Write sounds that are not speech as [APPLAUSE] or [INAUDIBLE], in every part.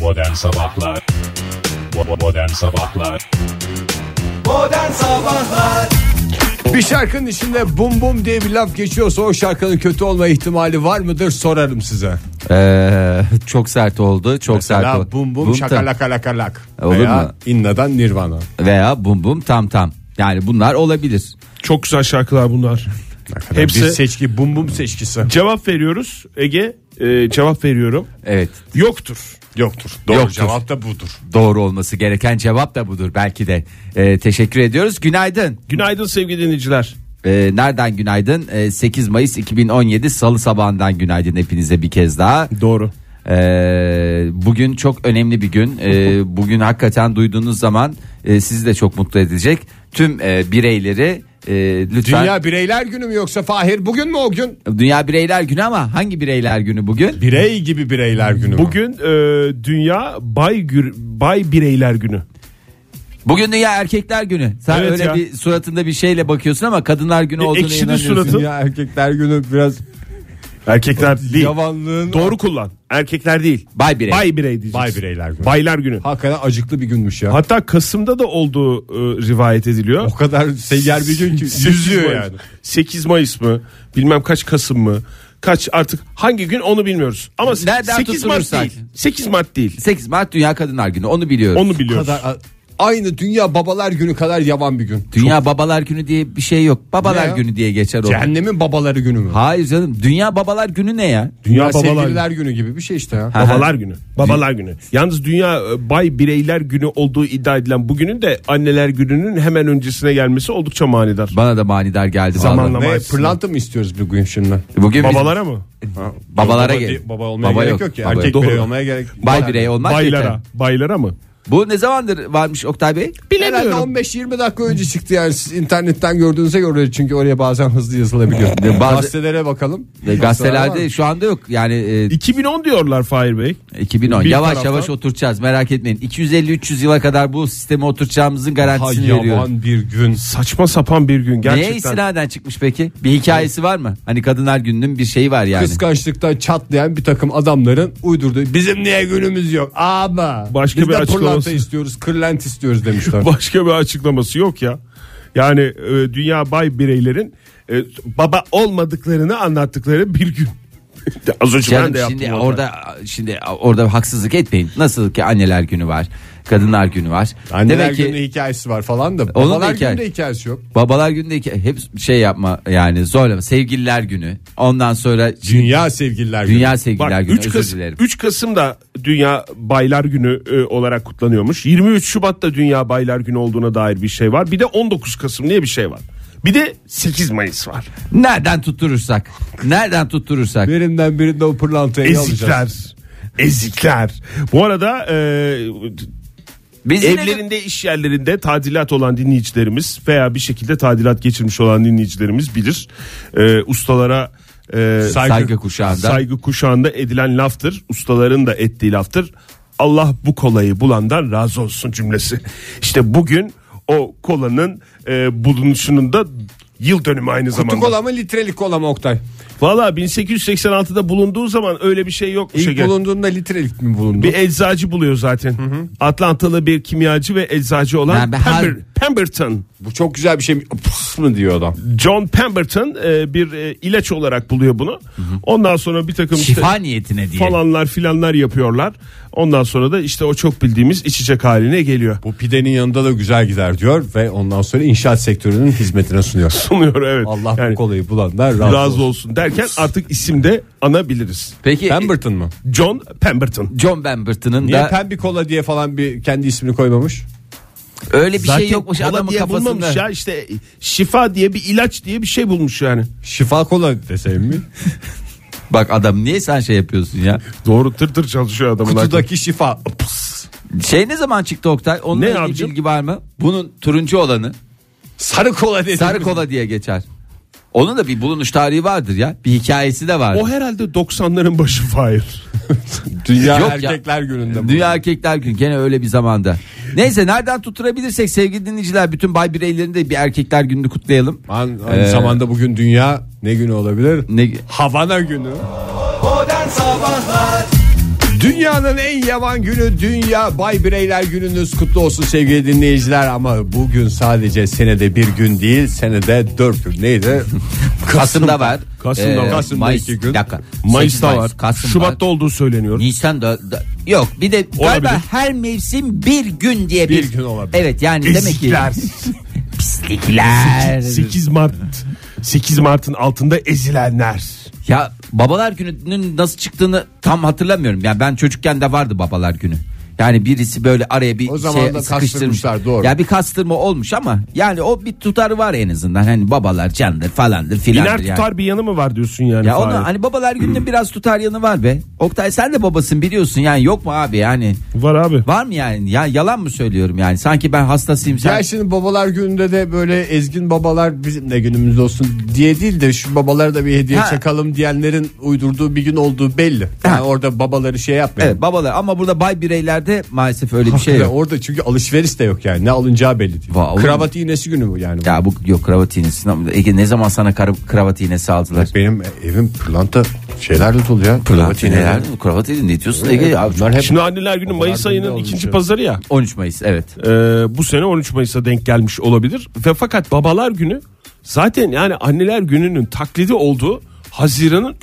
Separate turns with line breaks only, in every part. Modern Sabahlar Bo- Modern Sabahlar
Modern Sabahlar
Bir şarkının içinde bum bum diye bir laf geçiyorsa o şarkının kötü olma ihtimali var mıdır sorarım size.
Ee, [LAUGHS] çok sert oldu. Çok sert oldu.
La bum bum,
Bum tam-
şakalaka laka lak.
Olur
Veya
mu?
innadan nirvana.
Veya bum bum tam tam. Yani bunlar olabilir.
Çok güzel şarkılar bunlar. Hepsi-
Hani Bir seçki bum bum seçkisi.
Cevap veriyoruz Ege. e, cevap veriyorum.
Evet
Yoktur.
Yoktur. Doğru
Yoktur.
cevap da budur.
doğru olması gereken cevap da budur belki de. Ee, teşekkür ediyoruz. Günaydın.
Günaydın sevgili dinleyiciler.
Ee, nereden günaydın? Ee, 8 Mayıs 2017 Salı sabahından günaydın hepinize bir kez daha.
Doğru.
Ee, bugün çok önemli bir gün. Ee, bugün hakikaten duyduğunuz zaman e, sizi de çok mutlu edecek. Tüm e, bireyleri e, lütfen.
Dünya Bireyler Günü mü yoksa Fahir bugün mü o gün?
Dünya Bireyler Günü ama hangi bireyler günü bugün?
Birey gibi bireyler günü mü?
Bugün e, Dünya Bay Gür- Bay Bireyler Günü.
Bugün Dünya Erkekler Günü. Sen
Evet
öyle
ya.
bir suratında bir şeyle bakıyorsun ama kadınlar günü
E,
olduğunu
ekşidi
inanıyorsun.
suratı.
Dünya Erkekler Günü biraz
Erkekler değil.
yavanlığın
Doğru kullan. Erkekler değil.
Bay birey.
Bay Birey diyeceğiz.
Bay Bireyler Günü.
Baylar Günü.
Hakikaten acıklı bir günmüş ya.
Hatta Kasım'da da olduğu e, rivayet ediliyor.
O kadar seyyar bir gün ki yüzüyor yani.
8 Mayıs mı? Bilmem kaç Kasım mı? Kaç artık hangi gün onu bilmiyoruz. Ama
Nereden
8 Mart
tutulursak.
değil. 8 Mart değil.
8 Mart Dünya Kadınlar Günü onu biliyoruz.
Onu biliyoruz.
Kadar, aynı Dünya Babalar Günü kadar yavan bir gün.
Dünya Babalar Günü diye bir şey yok. Babalar
Ne ya?
Günü diye geçer o.
Cehennemin babaları günü mü?
Hayır canım. Dünya Babalar Günü ne ya?
Dünya,
Dünya Babalar
Sevgililer Günü gibi bir şey işte ya.
Aha.
Babalar günü. Babalar günü. Yalnız dünya e, bay bireyler günü olduğu iddia edilen bugünün de anneler gününün hemen öncesine gelmesi oldukça manidar.
Bana da manidar geldi.
Zamanla-
vallahi.
Ne
açısından.
pırlanta mı istiyoruz bugün şimdi?
Bugün biz-
Babalara mı?
babalara gel.
di- Baba olmaya gerek yok, ya.
Baba
Erkek
yok.
birey
Doğru.
olmaya gerek
Bay birey olmak yeter.
Baylara. Baylara mı?
Bu ne zamandır varmış Oktay Bey?
Herhalde 15-20 dakika önce çıktı yani siz internetten gördüğünüze göre çünkü oraya bazen hızlı
[LAUGHS]
yazılabiliyor.
Bazı-
Gazetelere bakalım.
E,
Gazeteler
Gazetelerde
var.
şu anda yok. Yani e,
2010 diyorlar Fahir Bey.
2010.
Bir
yavaş
taraftan-
yavaş oturacağız merak etmeyin. 250-300 yıla kadar bu sistemi oturtacağımızın garantisini
Hay
veriyorum.
yavan bir gün.
Saçma sapan bir gün
Neye
gerçekten.
istinaden çıkmış peki? Bir hikayesi var mı? Hani Kadınlar Günü'nün bir şeyi var yani.
Kıskançlıktan çatlayan bir takım adamların uydurduğu bizim niye günümüz yok ama
Başka
biz
bir
de pırlanta
açıklaması-
istiyoruz kırlent istiyoruz
[LAUGHS]
demişler.
[LAUGHS] Başka bir açıklaması yok ya. Yani e, dünya bay bireylerin e, baba olmadıklarını anlattıkları bir gün. [LAUGHS] Az önce
Canım
ben de yaptım.
şimdi
onu.
orada şimdi orada haksızlık etmeyin. Nasıl ki anneler günü var, kadınlar günü var.
Anneler
Demek ki
günü hikayesi var falan da
Onun da
babalar
hikaye-
günü de hikayesi yok.
babalar günü de iki- hep şey yapma yani zorlama. Sevgililer günü. Ondan sonra
Dünya sevgililer günü.
dünya sevgililer
Bak
günü
3
özür
Kasım,
dilerim.
3 Kasım'da Dünya Baylar Günü e, olarak kutlanıyormuş. 23 Şubat'ta Dünya Baylar Günü olduğuna dair bir şey var. Bir de 19 Kasım diye bir şey var. Bir de 8 Mayıs var.
Nereden tutturursak? Nereden tutturursak?
Birinden birinde o pırlantayı alacağız.
Ezikler. Ezikler. Bu arada e,
Biz yine de-
Evlerinde, iş yerlerinde tadilat olan dinleyicilerimiz veya bir şekilde tadilat geçirmiş olan dinleyicilerimiz bilir. Ee, ustalara e,
Saygı- Saygı kuşağında.
saygı kuşağında edilen laftır. Ustaların da ettiği laftır. Allah bu kolayı bulandan razı olsun cümlesi. İşte bugün o kolanın e, bulunuşunun da yıl dönümü aynı
Kutu
zamanda.
kola mı litrelik kola mı Oktay?
Valla 1886'da bulunduğu zaman öyle bir şey yok.
İlk bulunduğunda litrelik mi bulundu?
Bir eczacı buluyor zaten. Atlantalı bir kimyacı ve eczacı olan
Yani ben
Pember-
har-
Pemberton.
Bu çok güzel bir şey mi? Pıs mı diyor adam.
John Pemberton e, bir e, ilaç olarak buluyor bunu. Ondan sonra bir takım işte
şifa niyetine diye.
falanlar filanlar yapıyorlar. Ondan sonra da işte o çok bildiğimiz içecek haline geliyor.
Bu pidenin yanında da güzel gider diyor ve ondan sonra inşaat sektörünün hizmetine sunuyor.
Sunuyor evet.
[LAUGHS] Allah
Yani
bu kolayı bulanlar razı,
razı
olsun.
olsun derken artık isimde anabiliriz.
Peki
Pemberton mu?
John Pemberton.
John Pemberton'ın
Niye
da
pembe kola diye falan bir kendi ismini koymamış?
öyle bir şey
Zaten
yokmuş
kola
adamın
diye
kafasında.
bulmamış ya işte şifa diye bir ilaç diye bir şey bulmuş yani.
Şifa kola deseyim [LAUGHS] mi?
Bak adam niye sen şey yapıyorsun ya?
Doğru tır tır çalışıyor adamın. aklı.
Kutudaki şifa. Pıs.
Şey ne zaman çıktı Oktay? Onunla
Ne
ilgili
abicim?
bilgi var mı? Bunun turuncu olanı
Sarı kola dedi.
sarı kola diye geçer. Onun da bir bulunuş tarihi vardır ya. Bir hikayesi de var.
O herhalde 90'ların başı Fahir.
Dünya
Yok ya.
erkekler gününde. bu.
Dünya Erkekler Günü gene öyle bir zamanda. Neyse nereden tutturabilirsek sevgili dinleyiciler bütün bay bireylerini de bir erkekler gününü kutlayalım.
An- Aynı zamanda bugün dünya ne günü olabilir?
Ne
Havana günü.
Modern Sabahlar
Dünyanın en yavan günü Dünya Bay Bireyler gününüz kutlu olsun sevgili dinleyiciler. Ama bugün sadece senede bir gün değil senede dört gün
[LAUGHS]
neydi?
Kasım'da var. Ee,
Kasım'da var. Kasım'da
Mayıs,
iki gün.
bir dakika.
Mayıs'ta
Sekiz
var.
Mayıs, Kasım
Şubat'ta
var.
olduğu söyleniyor.
Nisan'da da- yok bir de galiba
Olabilir.
her mevsim bir gün diye bir,
Bir gün olabilir.
Evet yani demek ki [LAUGHS]
Ezikler.
pislikler.
8 Mart 8 Mart'ın altında ezilenler.
Ya babalar gününün nasıl çıktığını tam hatırlamıyorum. Yani ben çocukken de vardı babalar günü. Yani birisi böyle araya bir
O zaman
şey
da
sıkıştırmış.
kastırmışlar, doğru.
Ya bir kastırma olmuş ama yani o bir tutarı var en azından. Hani babalar candır falandır filandır
İner
yani.
tutar bir yanı mı var diyorsun yani?
Ya
Fahir?
onu hani babalar gününün biraz tutar yanı var be. Oktay sen de babasın biliyorsun yani yok mu abi yani?
Var abi.
Var mı yani? Ya yalan mı söylüyorum yani? Sanki ben hastasıyım sen.
Ya şimdi babalar gününde de böyle ezgin babalar bizim de günümüz olsun diye değil de şu babalara da bir hediye
Ha.
çakalım diyenlerin uydurduğu bir gün olduğu belli. Yani
Ha.
orada babaları şey yapmıyor.
Evet babalar ama burada bay bireylerde maalesef öyle bir şey
Ve
yok.
orada çünkü alışveriş de yok yani ne alınacağı belli değil.
Va- olur mu?
Kravat iğnesi günü bu yani.
Ya bu yok kravat iğnesi. Ege ne zaman sana kar- kravat iğnesi aldılar?
Benim evim pırlanta şeylerle dolu ya.
Kravat iğneler. Kravat iğne ne diyorsun Ege? Ya,
Bunlar hep
Şimdi anneler günü Mayıs
günde
ayının
olmuş
ikinci
ya.
pazarı ya.
13 Mayıs evet.
Ee, bu sene 13 Mayıs'a denk gelmiş olabilir. Ve fakat babalar günü zaten yani anneler gününün taklidi olduğu Haziran'ın e, 3.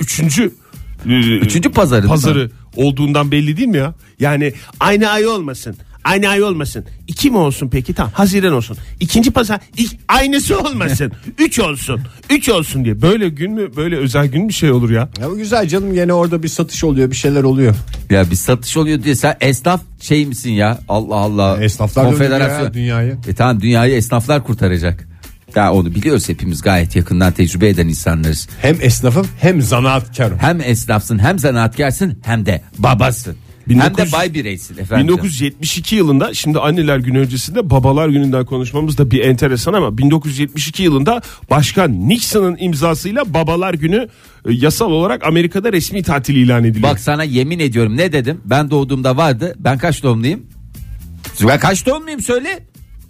Üçüncü pazarı. değil mi?
pazarı olduğundan belli değil mi ya? Yani aynı ay olmasın. Aynı ay olmasın. İki mi olsun peki? Tamam Haziran olsun. İkinci pazar ilk, aynısı
[LAUGHS]
olmasın. Üç olsun. Üç olsun diye. Böyle gün mü böyle özel gün bir şey olur ya.
Ya bu güzel canım gene orada bir satış oluyor bir şeyler oluyor.
Ya bir satış oluyor diye sen esnaf şey misin ya? Allah Allah.
Esnaflar
Konfederasyon.
dönüyor ya dünyayı.
E tamam dünyayı esnaflar kurtaracak. Ya onu biliyoruz hepimiz gayet yakından tecrübe eden insanlarız.
Hem esnafım hem zanaatkarım.
Hem esnafsın hem zanaatkarsın hem de babasın.
1900
Hem de bay bireysin efendim.
1972 yılında şimdi anneler günü öncesinde babalar gününden konuşmamız da bir enteresan ama 1972 yılında Başkan Nixon'ın imzasıyla babalar günü e, yasal olarak Amerika'da resmi tatil ilan ediliyor.
Bak sana yemin ediyorum ne dedim? Ben doğduğumda vardı. Ben kaç doğumluyum? Ben kaç doğumluyum söyle.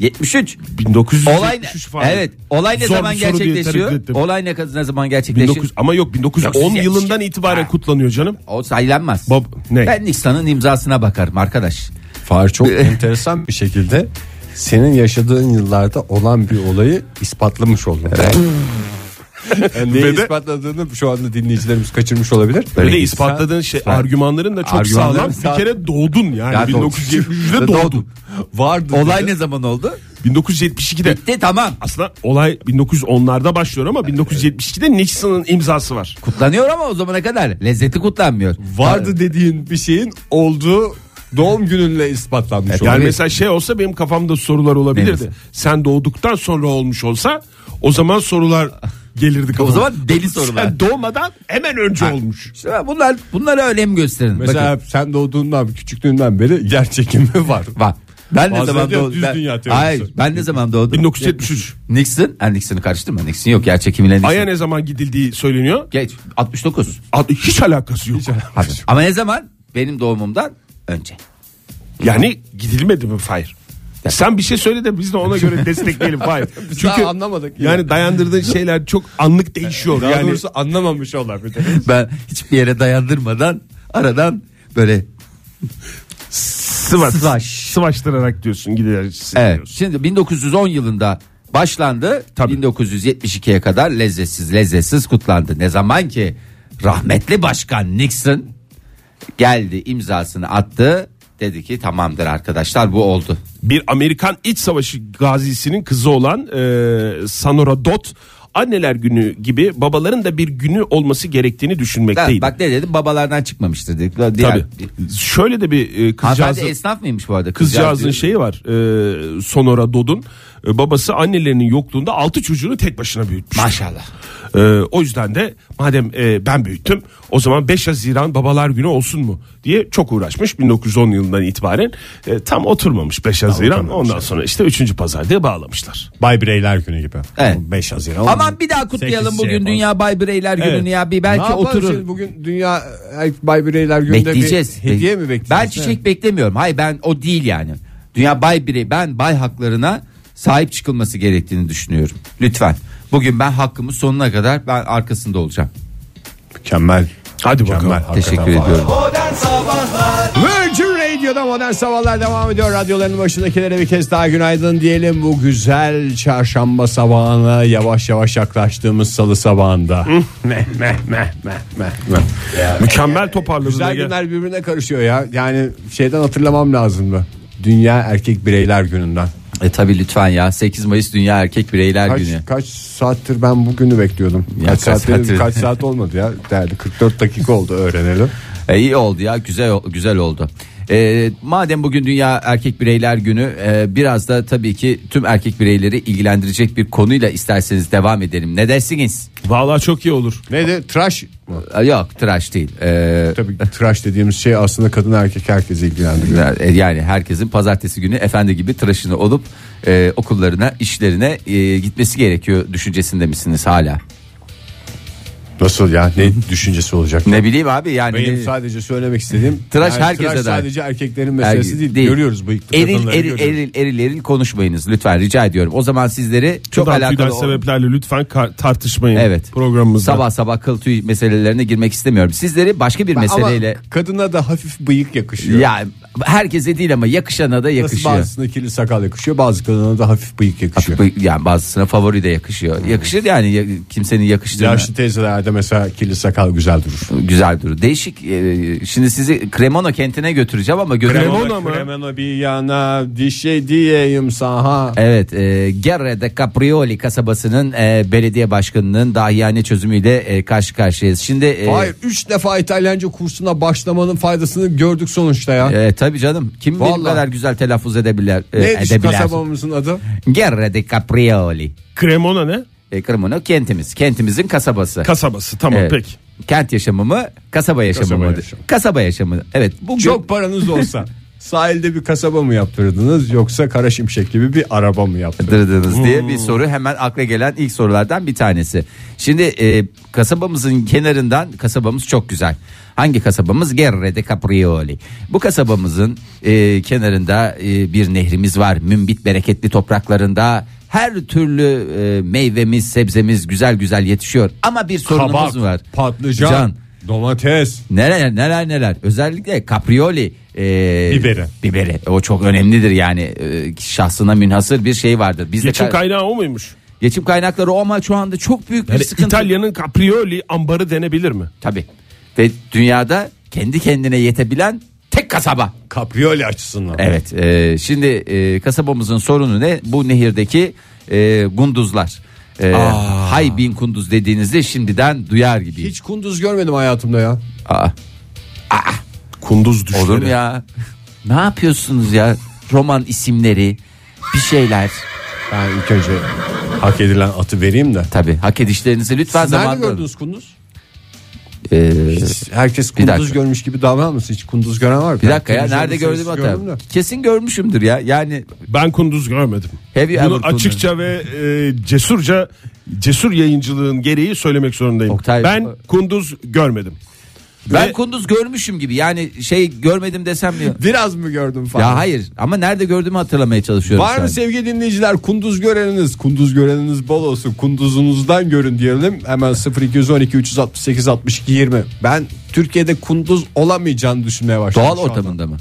73.
1973
Olay ne?
falan.
Evet. Olay ne
Zor
zaman
bir soru diye tereddüt
gerçekleşiyor?
ettim.
Olay ne, ne zaman
19
gerçekleşiyor?
ama yok 1910
Yok,
yılından
siz-
itibaren
Ha.
kutlanıyor canım.
O saylanmaz.
Bab- ne?
Ben Nixon'ın imzasına bakarım arkadaş.
Far çok
[LAUGHS]
enteresan bir şekilde senin yaşadığın yıllarda olan bir olayı ispatlamış oldun.
[LAUGHS]
Yani neyi
Ve de-
ispatladığını şu anda dinleyicilerimiz kaçırmış olabilir.
Böyle
Peki,
ispatladığın şey
sen-
argümanların da çok
Argümanların
sağlam.
sağ-
Bir kere doğdun yani
Ya [LAUGHS] doğdun.
1973'de doğdun.
Vardı.
Olay
dedi.
ne zaman oldu?
1972'de
Bitti tamam.
aslında olay 1910'larda başlıyor ama 1972'de Nixon'ın imzası var.
Kutlanıyor ama o zamana kadar lezzeti kutlanmıyor.
Vardı dediğin bir şeyin olduğu doğum gününle ispatlanmış oldu.
Yani
Evet.
mesela şey olsa benim kafamda sorular olabilirdi.
Neyse.
Sen doğduktan sonra olmuş olsa o zaman sorular gelirdi kafama.
O zaman deli sorular.
Sen doğmadan hemen önce olmuş.
İşte bunlar bunlara önem gösterin.
Mesela
Bakın,
sen doğduğundan küçüklüğünden beri yer çekimi var.
bak. Ben ne
Bazen
zaman
diyor,
doğdum?
düz
Ben-
dünya teorisi.
Hayır, ben ne zaman doğdum?
1973.
Nixon, ha, Nixon'ı karıştırma. Nixon yok yer çekimiyle Nixon.
Ay'a ne zaman gidildiği söyleniyor.
Geç 69.
Adı hiç alakası yok.
Hadi. Ama ne zaman? Benim doğumumdan önce. [LAUGHS]
Yani gidilmedi mi Fahir? Sen bir şey söyle de biz de ona
[LAUGHS]
göre destekleyelim Fahir. Çünkü
daha anlamadık. [LAUGHS]
Yani dayandırdığın şeyler çok anlık değişiyor.
Daha
yani
doğrusu anlamamış olabilir.
Ben hiçbir yere dayandırmadan aradan böyle
sıvaş,
Sıvaş.
sıvaştırarak diyorsun gidersin
Evet.
diyorsun.
Şimdi 1910 yılında başlandı. 1972'ye kadar lezzetsiz lezzetsiz kutlandı. Ne zaman ki rahmetli başkan Nixon geldi imzasını attı. Dedi ki tamamdır arkadaşlar bu oldu.
bir Amerikan iç savaşı gazisinin kızı olan e, Sanora Dot anneler günü gibi babaların da bir günü olması gerektiğini
Ha,
düşünmekteydi.
bak ne dedim babalardan çıkmamıştır dedik. Diğer,
Tabii. Şöyle de bir e,
Hanımefendi
kızcağızın,
esnaf mıymış bu arada?
kızcağızın
Kızcağız-
şeyi var. E, Sonora Dot'un e, babası annelerinin yokluğunda 6 çocuğunu tek başına büyütmüş.
Maşallah.
E, o yüzden de madem e, ben büyüttüm o zaman 5 Haziran babalar günü olsun mu diye çok uğraşmış 1910 yılından itibaren e, tam oturmamış 5 Haziran ondan sonra işte 3. pazar diye bağlamışlar.
Bay Bireyler günü gibi.
Evet.
5 Haziran.
Aman bir daha kutlayalım
Sekiz şey
bugün
falan.
Dünya Bay Bireyler gününü
Evet.
ya. Bir
Ne
belki
yapalım
oturur.
şimdi bugün dünya e, Bay Bireyler gününde
Bekleyeceğiz.
bir hediye
Bek-
mi bekleyeceğiz? şey-
Ben çiçek beklemiyorum. Hayır ben o değil yani. Dünya bay birey ben bay haklarına sahip çıkılması gerektiğini düşünüyorum. Lütfen. Bugün ben hakkımı sonuna kadar ben arkasında olacağım.
Mükemmel.
Hadi bakalım.
Teşekkür ediyorum.
Modern Sabahlar
Virgin Radio'da modern sabahlar devam ediyor. Radyoların başındakilere bir kez daha günaydın diyelim. Bu güzel çarşamba sabahına yavaş yavaş yaklaştığımız salı sabahında.
Mükemmel toparladın.
güzel
Ege.
günler birbirine karışıyor ya. Yani şeyden hatırlamam lazım mı? Dünya Erkek Bireyler Günü'nden.
E tabi lütfen ya 8 Mayıs Dünya Erkek Bireyler
Kaç,
Günü.
kaç saattir ben bu günü bekliyordum.
Ya
kaç,
kaç
saat
saattir?
kaç saat olmadı ya. Değerli 44 dakika oldu öğrenelim.
E, iyi oldu ya güzel güzel oldu. E, madem bugün Dünya Erkek Bireyler Günü e, biraz da tabii ki tüm erkek bireyleri ilgilendirecek bir konuyla isterseniz devam edelim. Ne dersiniz?
Vallahi çok iyi olur.
Neydi? Tıraş mı?
E, Yok tıraş değil. E,
Tabii tıraş dediğimiz şey aslında kadın erkek herkesi ilgilendiriyor.
e, yani herkesin pazartesi günü efendi gibi tıraşını olup e, okullarına işlerine e, gitmesi gerekiyor düşüncesinde misiniz hala?
Nasıl ya?
[LAUGHS]
Ne düşüncesi olacak?
Ne bileyim abi yani.
Benim sadece söylemek istediğim
Tıraş herkese
tıraş
dair.
sadece erkeklerin meselesi
Ergi-
değil. Görüyoruz bıyıklı
eril,
kadınları
eril,
görüyoruz.
eril, eril, eril konuşmayınız lütfen rica ediyorum. O zaman sizleri çok
Buradan
alakalı...
tüyden sebeplerle lütfen ka- tartışmayın
Evet.
programımızda.
Sabah sabah kıl tüy meselelerine girmek istemiyorum. Sizleri başka bir meseleyle...
Ama kadına da hafif bıyık yakışıyor.
Ya herkese değil ama yakışana da
Nasıl
yakışıyor.
bazısına kirli sakal yakışıyor bazı kadına da hafif bıyık yakışıyor.
Bu- Yani bazısına favori de yakışıyor.
Hmm.
Yakışır yani ya- kimsenin yakıştığına.
Yaşlı teyzelerde mesela kirli sakal güzel durur.
Güzel durur. Değişik. e, Şimdi sizi Cremona kentine götüreceğim ama götüremem.
Cremona mı?
Cremona bir yana dişe diyeyim saha.
Evet, e, Guerre de Caprioli kasabasının e, belediye başkanının dahiyane çözümüyle e, karşı karşıyayız. Şimdi e,
Hayır 3 defa İtalyanca kursuna başlamanın faydasını gördük sonuçta ya.
E, tabii canım. Kim bilir bu
Vallahi.
kadar güzel telaffuz edebilir? E,
Neydi şu
edebiler.
kasabamızın adı?
Guerre de Caprioli.
Cremona ne?
E, Cremona kentimiz. Kentimizin kasabası.
Kasabası tamam
Evet.
peki.
Kent yaşamı mı? Kasaba yaşamı
Kasaba
mı?
yaşamı.
Kasaba yaşamı. Evet. Bugün
Çok paranız olsa [LAUGHS] sahilde bir kasaba mı yaptırdınız yoksa kara şimşek gibi bir araba mı yaptırdınız?
dırdınız diye
Hmm.
bir soru hemen akla gelen ilk sorulardan bir tanesi. Şimdi e, kasabamızın kenarından kasabamız çok güzel. Hangi kasabamız? Guerre de Caprioli. Bu kasabamızın e, kenarında e, bir nehrimiz var. Mümbit bereketli topraklarında her türlü e, meyvemiz, sebzemiz güzel güzel yetişiyor. Ama bir sorunumuz
Kabak,
var.
patlıcan,
Can.
domates.
Neler neler neler özellikle kaprioli e,
Biberi.
biberi E, o çok önemlidir yani e, şahsına münhasır bir şey vardır. Bizde
Geçim
ka-
kaynağı o muymuş?
geçim kaynakları o ama şu anda çok büyük bir
Yani
sıkıntı.
İtalya'nın Caprioli ambarı denebilir mi?
Tabii ve dünyada kendi kendine yetebilen tek kasaba.
Kapriyoli açısından.
Evet e, şimdi e, kasabamızın sorunu ne bu nehirdeki e, gunduzlar. E, hay bin kunduz dediğinizde şimdiden duyar gibi.
Hiç kunduz görmedim hayatımda ya.
Aa.
Kunduz düşleri.
Olur mu ya? Ne yapıyorsunuz ya? Roman isimleri, bir şeyler.
Ben ilk önce hak edilen atı vereyim de.
Tabii hak edişlerinizi lütfen
Siz nerede
zamanında.
gördünüz kunduz?
Ee,
Siz- Herkes
Bir
kunduz
dakika.
görmüş gibi davranır mısın? Hiç kunduz gören var mı?
bir dakika ya
Ben
nerede
televizyon
gördüm
gördüm de.
hatta? Kesin görmüşümdür ya. Yani
Ben kunduz görmedim.
Have you
Bunu
ever
açıkça ve e, cesurca cesur yayıncılığın gereği söylemek zorundayım.
Oktay-
ben kunduz görmedim.
ben
Ve-
kunduz görmüşüm gibi. Yani şey görmedim desem
[LAUGHS]
mi?
Biraz mı gördüm falan?
ya hayır ama nerede gördüğümü hatırlamaya çalışıyorum.
Var
şu an.
mı sevgili dinleyiciler kunduz göreniniz? Kunduz göreniniz bol olsun. Kunduzunuzdan görün diyelim. Hemen 0212 368 62 20. Ben Türkiye'de kunduz olamayacağını düşünmeye başladım.
Doğal
şu anda.
ortamında mı?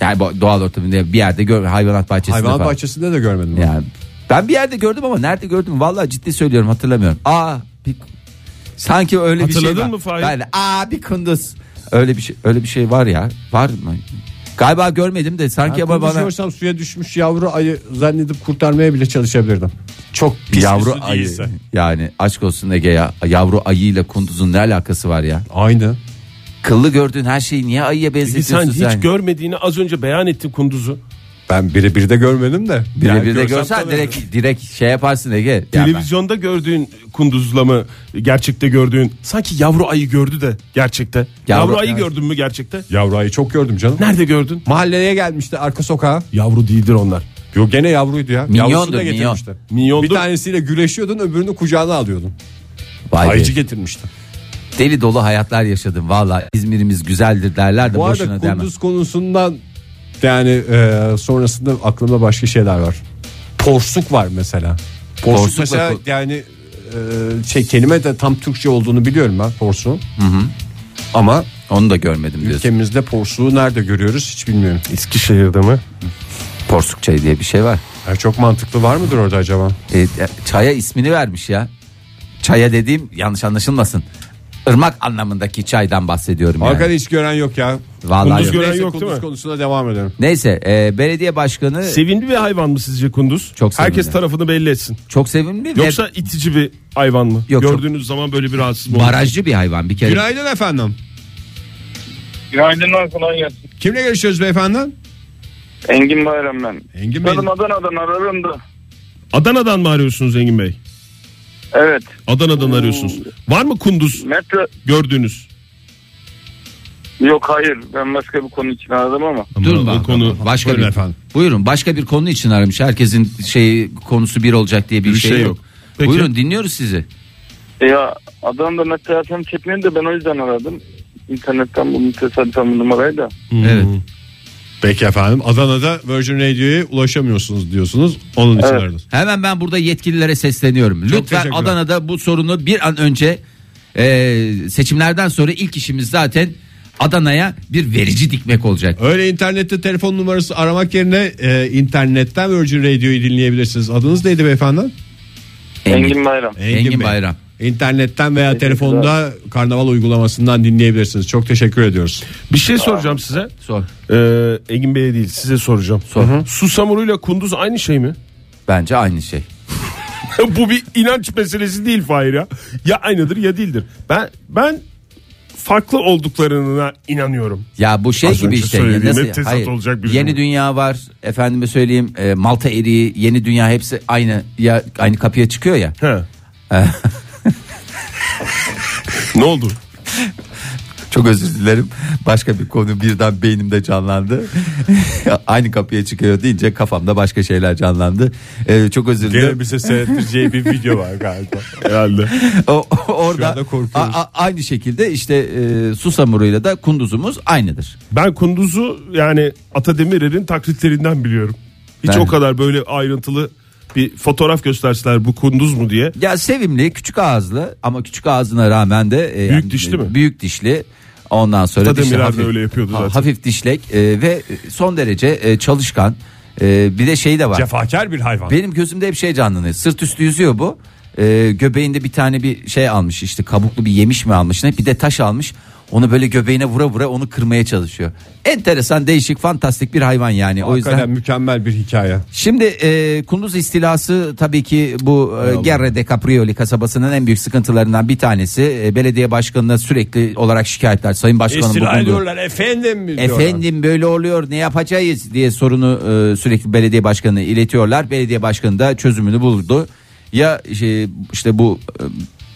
Yani bu- doğal ortamında bir yerde gör hayvanat bahçesinde
Hayvanat
falan.
bahçesinde de görmedim. ben.
Yani ben bir yerde gördüm ama nerede gördüm vallahi ciddi söylüyorum hatırlamıyorum. Aa bir- sanki öyle bir şey
Hatırladın
var.
mı Fahir?
Ben de, aa bir kunduz. Öyle bir şey öyle bir şey var ya. Var mı? Galiba görmedim de sanki
Ben
ama
kunduz
bana
görsem suya düşmüş yavru ayı zannedip kurtarmaya bile çalışabilirdim. Çok pis
yavru
su
ayı.
değilse.
Yani aşk olsun Ege ya. Yavru ayıyla kunduzun ne alakası var ya?
Aynı.
Kıllı gördüğün her şeyi niye ayıya
Peki
benzetiyorsun
sen
sen?
hiç görmediğini az önce beyan ettin kunduzu.
Ben birebir de görmedim de.
Birebir de
görsem
görsen
tanırım.
direkt direkt şey yaparsın Ege. Yani ben-
Televizyonda gördüğün kunduzla mı gerçekte gördüğün sanki yavru ayı gördü de gerçekte. Yavru, ayı
evet.
gördün mü gerçekte?
Yavru ayı çok gördüm canım.
Nerede gördün?
Mahalleye gelmişti arka sokağa.
Yavru değildir onlar.
Yo gene yavruydu ya.
Minyondu,
Yavrusunu da
minyon.
getirmişti.
Minyondu.
Bir tanesiyle güreşiyordun öbürünü kucağına alıyordun.
Vay be.
Ayıcı getirmişti.
Deli dolu hayatlar yaşadım valla. İzmir'imiz güzeldir derler de
Bu
boşuna
arada
demem.
kunduz konusundan yani e, sonrasında aklımda başka şeyler var. Porsuk var mesela. Porsuk
Porsukla
mesela
ko-
yani e, şey kelime de tam Türkçe olduğunu biliyorum ben porsuğun. Ama
Onu da görmedim diyorsun.
ülkemizde porsuğu nerede görüyoruz hiç bilmiyorum.
Eskişehir'de mi?
Porsuk çayı diye bir şey var.
Ya çok mantıklı var mıdır orada acaba?
E, e, çaya ismini vermiş ya. Çaya dediğim yanlış anlaşılmasın. Irmak anlamındaki çaydan bahsediyorum yani.
Hakan hiç gören yok ya.
Vallahi
Kunduz
yok.
gören
Neyse
yok
kunduz
değil mi?
konusuna devam edelim.
Neyse e, belediye başkanı
Sevimli bir hayvan mı sizce kunduz?
Çok sevimli.
Herkes tarafını belli etsin.
çok sevimli ve
Yoksa itici bir hayvan mı?
Yok,
Gördüğünüz zaman böyle bir rahatsız mı?
barajcı bir hayvan bir kere.
Günaydın efendim.
Günaydınlar kolay gelsin.
Kimle görüşüyoruz beyefendi?
Engin Bayram ben.
Engin Bey.
Kadın Adana'dan ararım da.
Adana'dan mı arıyorsunuz Engin Bey?
Evet.
Adana'dan arıyorsunuz. Var mı kunduz
Metro
gördüğünüz?
yok hayır ben başka bir konu için aradım ama.
Dur
Aman,
bak.
o konu.
başka
Buyurun
bir,
efendim.
Buyurun başka bir konu için aramış. Herkesin şeyi konusu bir olacak diye bir, şey, yok.
Peki.
Buyurun dinliyoruz sizi.
E Ya Adana'da metro yatağım çekmiyor da ben o yüzden aradım. İnternetten buldum tesadüfen bu numarayı da.
Evet.
Peki efendim. Adana'da Virgin Radio'ya ulaşamıyorsunuz diyorsunuz. Onun için
Evet.
aradınız.
Hemen ben burada yetkililere sesleniyorum. Lütfen
teşekkürler.
Adana'da bu sorunu bir an önce e, seçimlerden sonra ilk işimiz zaten Adana'ya bir verici dikmek olacak.
Öyle internette telefon numarası aramak yerine e, internetten Virgin Radio'yu dinleyebilirsiniz. Adınız neydi beyefendi?
Engin, Bayram.
Engin
Bey.
Bayram.
İnternetten veya telefonda karnaval uygulamasından dinleyebilirsiniz. Çok teşekkür ediyoruz.
Bir şey soracağım size.
Sor.
Ee, Engin Bey'e değil size soracağım.
Sor.
Hı hı. Susamuruyla kunduz aynı şey mi? [LAUGHS]
Bence aynı şey.
Bu bir inanç meselesi değil Fahir ya. Ya aynıdır ya değildir. Ben ben farklı olduklarına inanıyorum.
Ya bu şey
Az
gibi
önce
işte.
söylediğim
Nasıl-
hep tezat olacak bir şey.
yeni
durum.
dünya var. Efendime söyleyeyim e, Malta eriği, yeni dünya hepsi aynı ya aynı kapıya çıkıyor ya.
[LAUGHS] He. ne oldu?
Çok özür dilerim. Başka bir konu birden beynimde canlandı. [LAUGHS] aynı kapıya çıkıyor deyince kafamda başka şeyler canlandı. E, çok özür dilerim.
bize seyrettireceği bir video var galiba. Herhalde.
O- o- orada
anda korkuyoruz.
a- a- aynı şekilde işte e, susamuruyla da kunduzumuz aynıdır.
Ben kunduzu yani Ata Demirer'in taklitlerinden biliyorum. Hiç
Ben-
o kadar böyle ayrıntılı bir fotoğraf gösterseler bu kunduz mu diye.
Ya sevimli, küçük ağızlı ama küçük ağzına rağmen de e,
Büyük dişli mi?
Büyük dişli. Ondan sonra
Tademirer
dişi
de öyle yapıyordu
ha-
zaten.
Hafif dişlek e, ve son derece e, çalışkan. E, bir de şey de var.
Cefakar bir hayvan.
Benim gözümde hep şey canlanıyor. Sırt üstü yüzüyor bu. E, göbeğinde bir tane bir şey almış işte kabuklu bir yemiş mi almış ne bir de taş almış. Onu böyle göbeğine vura vura onu kırmaya çalışıyor. Enteresan, değişik, fantastik bir hayvan yani. O yüzden
Hakikaten mükemmel bir hikaye.
Şimdi e, kunduz istilası tabii ki bu e, Guerre de Caprioli kasabasının en büyük sıkıntılarından bir tanesi. E, belediye başkanına sürekli olarak şikayetler. Sayın başkanım bu kundu-
efendim mi
Efendim böyle oluyor ne yapacağız diye sorunu e, sürekli belediye başkanına iletiyorlar. Belediye başkanı da çözümünü buldu. Ya şey, işte bu e,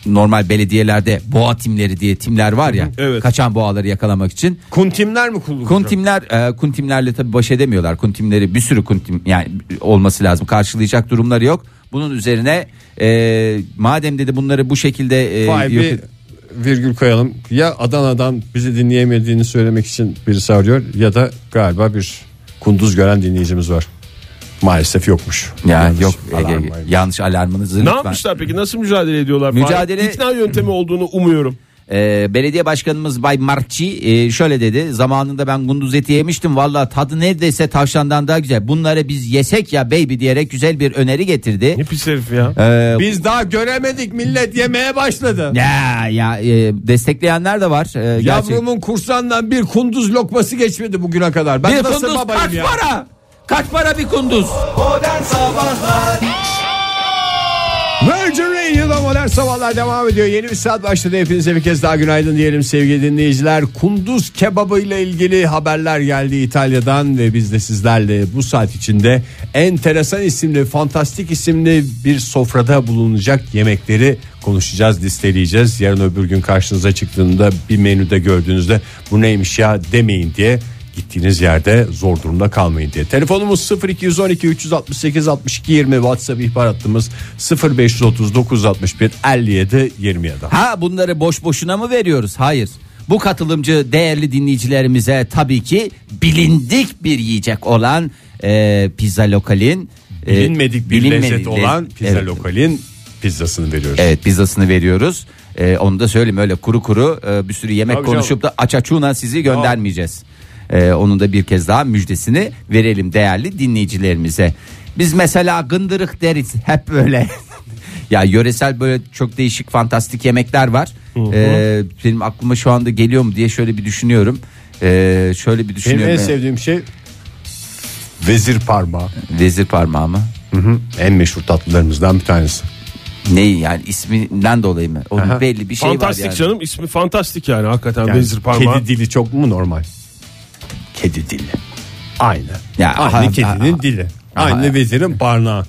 normal belediyelerde boğa timleri diye timler var ya.
Evet.
Kaçan boğaları yakalamak için.
Kuntimler mi kullanılıyor?
Kuntimler e, kuntimlerle tabi baş edemiyorlar. Kuntimleri bir sürü kuntim yani olması lazım. Karşılayacak durumları yok. Bunun üzerine e, madem dedi bunları bu şekilde e,
Vay
yok-
bir virgül koyalım. Ya Adana'dan bizi dinleyemediğini söylemek için birisi arıyor ya da galiba bir kunduz gören dinleyicimiz var. Maalesef yokmuş.
ya
Yalnız
yok
alarm
Ege,
var.
yanlış alarmınızı
Ne
lütfen.
yapmışlar peki? Nasıl mücadele ediyorlar?
Mücadele-
İkna yöntemi olduğunu umuyorum.
E, belediye başkanımız Bay Markçi e, şöyle dedi. Zamanında ben kunduz eti yemiştim. Valla tadı neredeyse tavşandan daha güzel. Bunları biz yesek ya baby diyerek güzel bir öneri getirdi.
Ne pis herif ya.
E,
Biz daha göremedik millet yemeye başladı.
ya ya e, destekleyenler de var. E, gerçek-
Yavrumun kursandan bir kunduz lokması geçmedi bugüne kadar. Ben
bir
nasıl
kunduz kaç
babayım ya?
para? Kaç para bir kunduz?
Modern Sabahlar
Virgin Radio'da modern sabahlar devam ediyor. Yeni bir saat başladı. Hepinize bir kez daha günaydın diyelim sevgili dinleyiciler. Kunduz kebabı ile ilgili haberler geldi İtalya'dan ve biz de sizlerle bu saat içinde enteresan isimli, fantastik isimli bir sofrada bulunacak yemekleri konuşacağız, listeleyeceğiz. Yarın öbür gün karşınıza çıktığında bir menüde gördüğünüzde bu neymiş ya demeyin diye gittiğiniz yerde zor durumda kalmayın diye. Telefonumuz 0212 368 62 20 WhatsApp ihbar hattımız 0539 61 57 27.
Ha bunları boş boşuna mı veriyoruz? Hayır. Bu katılımcı değerli dinleyicilerimize tabii ki bilindik bir yiyecek olan e, pizza lokalin e,
Bilinmedik bir
bilinmedik
lezzet
lez-
olan pizza
evet,
lokalin pizzasını veriyoruz.
Evet pizzasını veriyoruz. E, onu da söyleyeyim öyle kuru kuru e, bir sürü yemek
Tabii canım.
konuşup da açaçuna sizi göndermeyeceğiz. E, onun da bir kez daha müjdesini verelim değerli dinleyicilerimize. Biz mesela gındırık deriz hep böyle. [LAUGHS] ya yöresel böyle çok değişik fantastik yemekler var. E, benim aklıma şu anda geliyor mu diye şöyle bir düşünüyorum. E, şöyle bir
Benim
düşünüyorum.
en sevdiğim şey vezir parmağı.
Vezir parmağı mı?
En meşhur tatlılarımızdan bir tanesi.
Neyi yani isminden dolayı mı? Onun belli bir şey
fantastik
var yani.
canım ismi fantastik yani hakikaten
Yani
vezir parmağı.
Kedi dili çok mu normal?
Kedi dili.
Aynı.
Ya,
Aynı
aha,
kedinin
aha.
dili.
Aha,
Aynı
ya.
vezirin parnağı.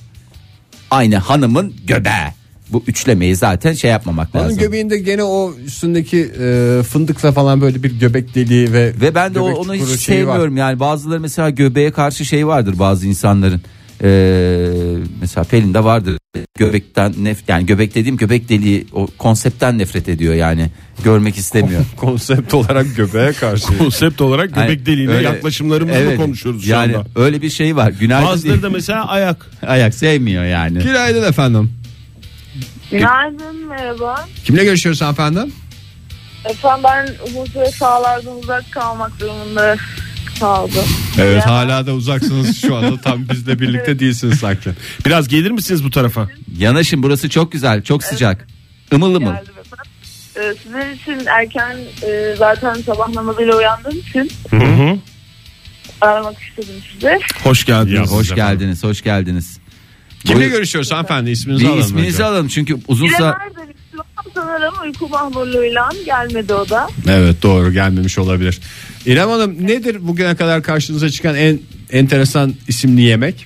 Aynı hanımın göbeği. Bu üçlemeyi zaten şey yapmamak
Onun
lazım.
göbeğinde gene o üstündeki e, fındıkla falan böyle bir göbek deliği ve
Ve ben de o-
göbek
onu hiç
çukuru şeyi var.
sevmiyorum yani bazıları mesela göbeğe karşı şey vardır bazı insanların. Ee, mesela Pelin de vardır göbekten nef yani göbek dediğim göbek deliği o konseptten nefret ediyor yani görmek istemiyor.
Konsept olarak göbeğe karşı.
[LAUGHS] Konsept olarak [LAUGHS] göbek
Yani
deliğine
öyle-
yaklaşımlarımızı
Evet,
konuşuyoruz şu
yani
anda.
öyle bir şey var. Günaydın
Bazıları da
diye-
mesela ayak.
ayak sevmiyor yani.
Günaydın efendim.
Günaydın merhaba.
Kimle görüşüyoruz efendim?
Efendim ben uzun süre sahalardan uzak kalmak durumunda kaldım.
Evet
Ya.
hala da uzaksınız şu anda tam bizle birlikte değilsiniz sanki.
Biraz gelir misiniz bu tarafa?
Yanaşın burası çok güzel, çok sıcak. Imıl ımıl.
Geldim efendim. Ee, sizin için erken e, zaten sabah namazıyla uyandığım için aramak istedim size.
Hoş geldiniz.
Hoş geldiniz, hoş geldiniz.
Kimle
Buyur-
görüşüyoruz hanımefendi isminizi
Bir
alalım.
isminizi
önce.
alalım çünkü uzun sa-
Bileler de sanırım uyku mahmurluğuyla gelmedi o da.
Evet doğru gelmemiş olabilir. İrem Hanım nedir bugüne kadar karşınıza çıkan en enteresan isimli yemek?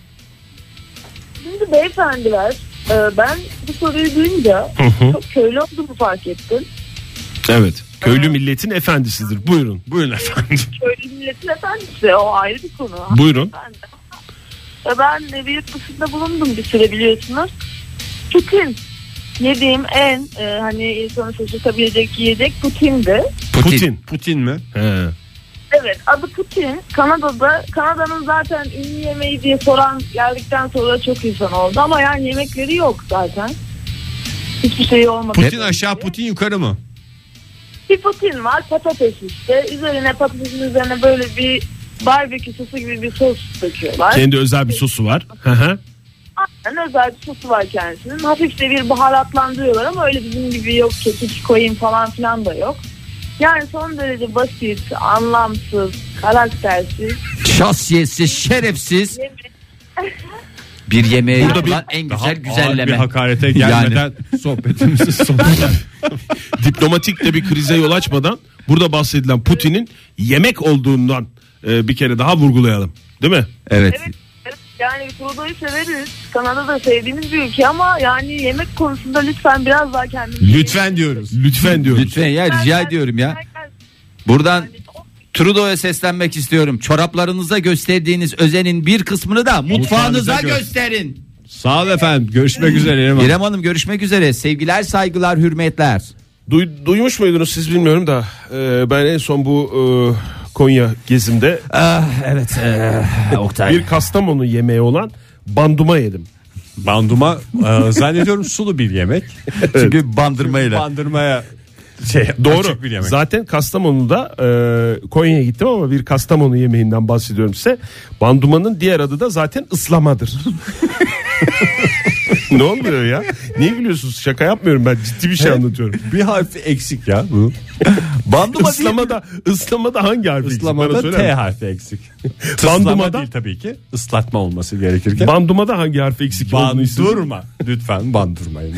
Şimdi beyefendiler e, ben bu soruyu duyunca çok köylü olduğumu fark ettim.
Evet. Köylü milletin efendisidir. Buyurun.
Buyurun efendim.
Köylü milletin efendisi o ayrı bir konu.
Buyurun.
Ben de. Ve Ben de bir yurt dışında bulundum bir süre biliyorsunuz. Putin. Yediğim en e, hani insanı şaşırtabilecek yiyecek Putin'di.
Putin.
Putin mi?
He.
Evet adı Putin. Kanada'da Kanada'nın zaten ünlü yemeği diye soran geldikten sonra çok insan oldu. Ama yani yemekleri yok zaten. Hiçbir şey olmadı.
Putin aşağı Putin yukarı mı?
Bir Putin var patates işte. Üzerine patatesin üzerine böyle bir barbekü sosu gibi bir sos döküyorlar.
Kendi özel bir sosu var. Hı hı.
Yani özel bir sosu var kendisinin. Hafif de bir baharatlandırıyorlar ama öyle bizim gibi yok kekik koyayım falan filan da yok. Yani son derece basit, anlamsız, karaktersiz.
şahsiyetsiz, şerefsiz
yemek.
bir yemeğe
Burada
yapılan
bir-
en
daha
güzel
ağır
Bir
güzelleme.
hakarete gelmeden
[LAUGHS]
sohbetimizi sonuna
Diplomatik de bir krize yol açmadan burada bahsedilen Putin'in yemek olduğundan e, bir kere daha vurgulayalım. Değil mi?
Evet.
Evet. Yani Trudeau'yu severiz. Kanada da sevdiğimiz bir ülke ama yani yemek konusunda lütfen biraz daha kendimizi...
Lütfen diyoruz.
Lütfen diyoruz.
Lütfen ya rica ediyorum ya. Buradan Trudeau'ya seslenmek istiyorum. Çoraplarınıza gösterdiğiniz özenin bir kısmını da mutfağınıza
Mutfağınıza gö-
gösterin.
Sağ ol efendim. Görüşmek üzere İrem Hanım.
İrem Hanım görüşmek üzere. Sevgiler, saygılar, hürmetler.
Duy- duymuş muydunuz siz bilmiyorum da e, ben en son bu e, Konya gezimde
Ah, evet.
[LAUGHS]
Oktay.
bir Kastamonu yemeği olan banduma yedim.
Banduma e, zannediyorum sulu bir yemek.
Çünkü bandırmayla.
Bandırmaya şey,
Doğru.
açık bir yemek.
Zaten Kastamonu'da e, Konya'ya gittim ama bir Kastamonu yemeğinden bahsediyorum size. Bandumanın diğer adı da zaten ıslamadır. [LAUGHS] ne oluyor ya? Niye gülüyorsunuz? Şaka yapmıyorum ben ciddi bir şey anlatıyorum.
bir harfi eksik ya bu.
Banduma değil.
Islamada, ıslamada hangi harfi? eksik? Bana
Islamada
söyler
T
misin?
harfi [LAUGHS] eksik.
Bandumada-
Banduma değil tabii ki. Islatma olması gerekirken.
Bandumada hangi harfi eksik olduğunu istedim.
Bandurma. Lütfen bandurmayın.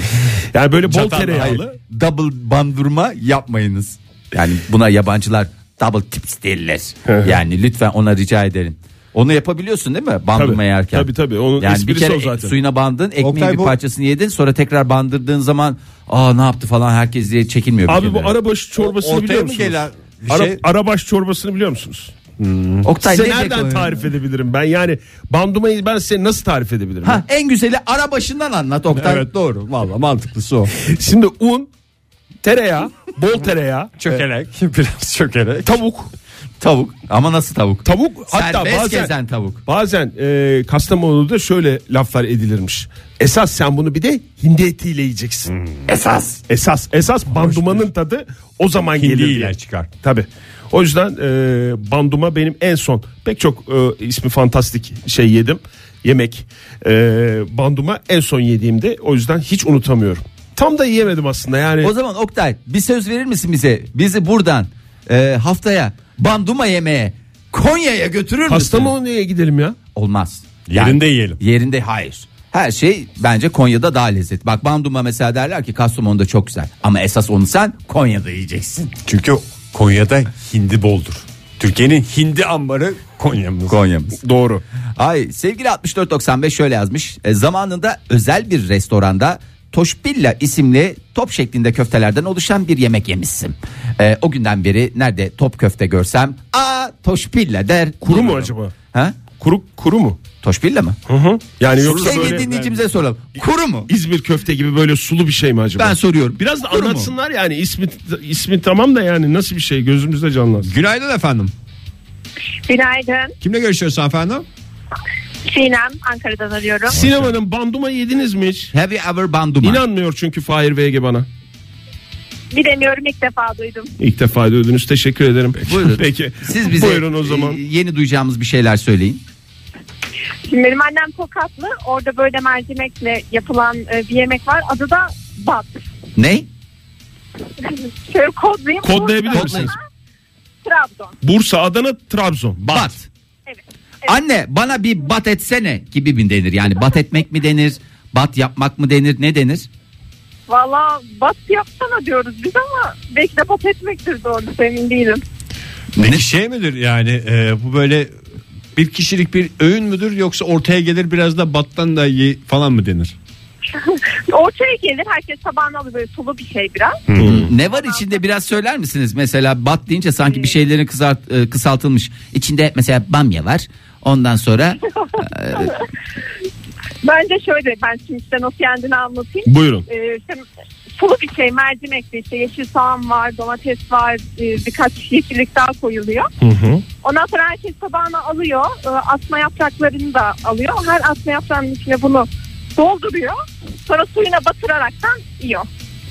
Yani böyle bol
Çatal
tereyağlı.
double bandırma yapmayınız. Yani buna yabancılar double tips derler. yani lütfen ona rica ederim. Onu yapabiliyorsun değil mi? Bandırma
Tabii.
yerken.
Tabii, tabii. Onun
yani bir
esprisi
kere
o zaten.
suyuna bandın, ekmeğin
Oktay,
bir
bu-
parçasını yedin, sonra tekrar bandırdığın zaman aa ne yaptı falan herkes diye çekilmiyor. bir
Abi bu
kenara.
arabaş çorbasını
Ortaya
biliyor
mı
musunuz?
gelen bir
Ara-
şey-
arabaş çorbasını biliyor musunuz?
Oktay
size
ne
nereden
bekliyorsun?
tarif edebilirim ben? Yani bandumayı ben size nasıl tarif edebilirim?
Ha, en güzeli arabaşından anlat Oktay.
evet doğru. Valla mantıklısı o.
Şimdi un, tereyağı, bol tereyağı,
[LAUGHS] Çökerek. Biraz çökerek.
tavuk,
Tavuk. Ama nasıl tavuk?
Tavuk hatta
Serbest
bazen
gezen tavuk.
Bazen e, Kastamonu'da şöyle laflar edilirmiş. Esas sen bunu bir de hindi etiyle yiyeceksin.
Hmm.
Esas.
Esas esas bandumanın tadı o zaman gelir.
Hindi
diye.
ile çıkar.
Tabii. O yüzden e, banduma benim en son pek çok e, ismi fantastik şey yedim. Yemek. E, banduma en son yediğimde o yüzden hiç unutamıyorum. Tam da yiyemedim aslında yani.
O zaman Oktay bir söz verir misin bize? Bizi buradan e, haftaya banduma yemeğe Konya'ya götürür müsün?
Kastamonu'ya gidelim ya.
Olmaz.
Yerinde yiyelim.
Yerinde hayır. Her şey bence Konya'da daha lezzetli. Bak banduma mesela derler ki Kastamonu'da çok güzel. Ama esas onu sen Konya'da yiyeceksin.
Çünkü Konya'da hindi boldur. Türkiye'nin hindi ambarı Konya'mız.
Konya'mız.
Doğru.
Ay sevgili 6495 şöyle yazmış. E, zamanında özel bir restoranda Toşbilla isimli top şeklinde köftelerden oluşan bir yemek yemişsin. E, o günden beri nerede top köfte görsem aa Toşbilla der.
Kuru mu acaba?
Ha?
Kuru kuru mu?
Toşbilla mı?
Hı hı. Yani yoksa
Sevgili
böyle
dinleyicimize soralım. Kuru mu?
İzmir köfte gibi böyle sulu bir şey mi acaba?
Ben soruyorum.
Biraz da
Kuru mu?
anlatsınlar yani ismi ismi tamam da yani nasıl bir şey gözümüzde canlansın.
Günaydın efendim.
Günaydın.
Kimle görüşüyoruz efendim?
Sinem Ankara'dan arıyorum.
Sinemanın banduma yediniz mi hiç?
Have you ever banduma?
İnanmıyor çünkü Fahir VG bana.
Bilemiyorum ilk defa duydum.
İlk defa duydunuz teşekkür ederim.
Buyurun.
[LAUGHS] Peki.
Siz bize
Buyurun o zaman.
e, yeni duyacağımız bir şeyler söyleyin.
Şimdi benim annem Tokatlı. Orada böyle mercimekle yapılan e, bir yemek var. Adı da bat. [LAUGHS]
Ne?
Şöyle kodlayayım.
Kodlayabilir
Bursa,
misiniz?
Trabzon.
Bursa, Adana, Trabzon.
Bat.
Evet.
Anne bana bir bat etsene gibi mi denir? Yani bat etmek mi denir? Bat yapmak mı denir? Ne denir?
Valla bat yapsana diyoruz biz ama belki de bat etmektir doğrusu emin değilim.
Peki şey midir yani e, bu böyle bir kişilik bir öğün müdür yoksa ortaya gelir biraz da battan da ye falan mı denir?
Ortaya gelir herkes tabağına alır böyle sulu bir şey biraz.
Ne var içinde biraz söyler misiniz? Mesela bat deyince sanki bir şeylerin kızart, e, kısaltılmış. İçinde mesela bamya var. Ondan sonra
Bence şöyle ben şimdi size nasıl yendiğini anlatayım.
Buyurun.
Ee, işte sulu bir şey mercimekli işte yeşil soğan var domates var e, birkaç yeşillik daha koyuluyor. Ondan sonra herkes tabağına alıyor e, asma yapraklarını da alıyor. Her asma yaprağının içine bunu dolduruyor. Sonra suyuna batıraraktan yiyor.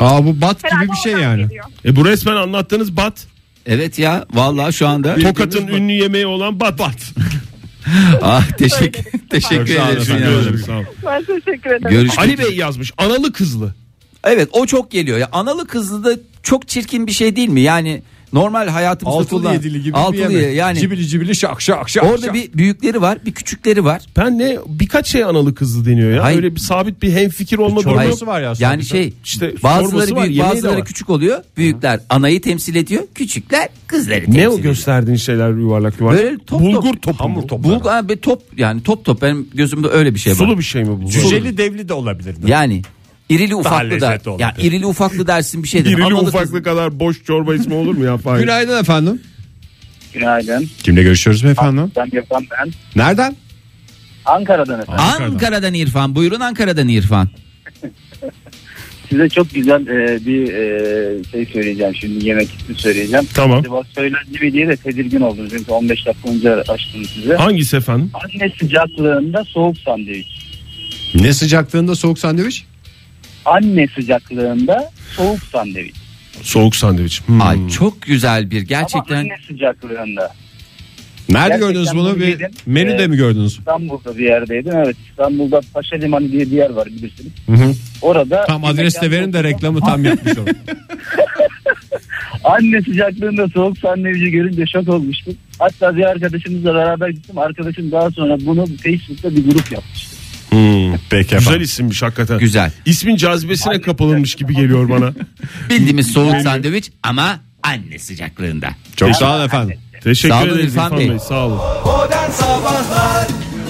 Aa bu bat
Herhalde
gibi bir şey
oradan
yani.
geliyor. [LAUGHS]
E bu resmen anlattığınız bat.
evet ya vallahi şu anda
Tokat'ın ünlü yemeği olan bat. Bat.
ah teşekkür [LAUGHS] teşekkür
Sağ olun,
ederiz.
teşekkür
yani.
ederim.
Sağ ol.
Ben teşekkür ederim.
Görüşmek
Ali Bey yazmış. Analı kızlı.
Evet o çok geliyor. Ya analı kızlı da çok çirkin bir şey değil mi? Yani normal hayatımızda
Altılı
kullan-
yedili gibi
Altılı
bir yemek.
ye- yani
Cibili cibili şak şak şak.
orada
şak.
bir büyükleri var, bir küçükleri var.
Ben ne birkaç şey analı kızlı deniyor ya.
Hayır.
Öyle bir sabit bir hemfikir olma
Çorbası
durumu
Hayır,
yok.
var ya aslında.
Yani şey
İşte çorbası
bazıları
var,
büyük,
yemeği de
bazıları
var.
küçük oluyor. Büyükler anayı temsil ediyor, küçükler kızları temsil
Ne
ediyor.
o gösterdiğin şeyler yuvarlak yuvarlak?
Böyle top
Bulgur
top.
topu mu?
Bulgur abi top yani top top benim gözümde öyle bir şey var.
Sulu bir şey mi bu?
Cüceli devli de olabilir.
Yani irili ufaklı da.
lezzetli olur.
Ya irili ufaklı dersin bir şey derim.
İrili
Analı kızlı-
ufaklı kadar boş çorba ismi olur mu ya Fahir?
Günaydın efendim.
Günaydın.
Kimle görüşüyoruz efendim?
Ben yapan ben.
Nereden?
Ankara'dan efendim.
Ankara'dan. Ankara'dan İrfan. Buyurun Ankara'dan İrfan.
Size çok güzel e, bir e, şey söyleyeceğim. Şimdi yemek ismi söyleyeceğim.
Tamam.
Acaba söylendi mi diye de tedirgin oldum. Çünkü 15 dakika önce açtım size.
Hangisi efendim?
Anne sıcaklığında soğuk sandviç.
Ne sıcaklığında soğuk sandviç?
Anne sıcaklığında soğuk sandviç.
Soğuk sandviç. Hmm.
Ay çok güzel bir
Ama
gerçekten.
anne sıcaklığında.
Nerede
Gerçekten
gördünüz bunu?
bunu
Bir
yedim.
menüde
Ee,
mi gördünüz?
İstanbul'da bir yerdeydim. Evet İstanbul'da Paşa Limanı diye bir yer var bilirsiniz. Orada
Tam
bir
adres de
mekan-
verin de reklamı tam yapmış olun.
Anne sıcaklığında soğuk sandviçi görünce şok olmuştum. Hatta bir arkadaşımızla beraber gittim. Arkadaşım daha sonra bunu Facebook'ta bir grup yapmıştı.
Peki
Güzel isimmiş hakikaten.
Güzel.
İsmin cazibesine kapılınmış gibi geliyor bana.
Bildiğimiz soğuk sandviç ama anne sıcaklığında.
Çok sağ olun efendim.
Teşekkür
Sağ olun
ederiz
İrfan
İrfan
Bey.
Bey. Sağ olun.
Modern Sabahlar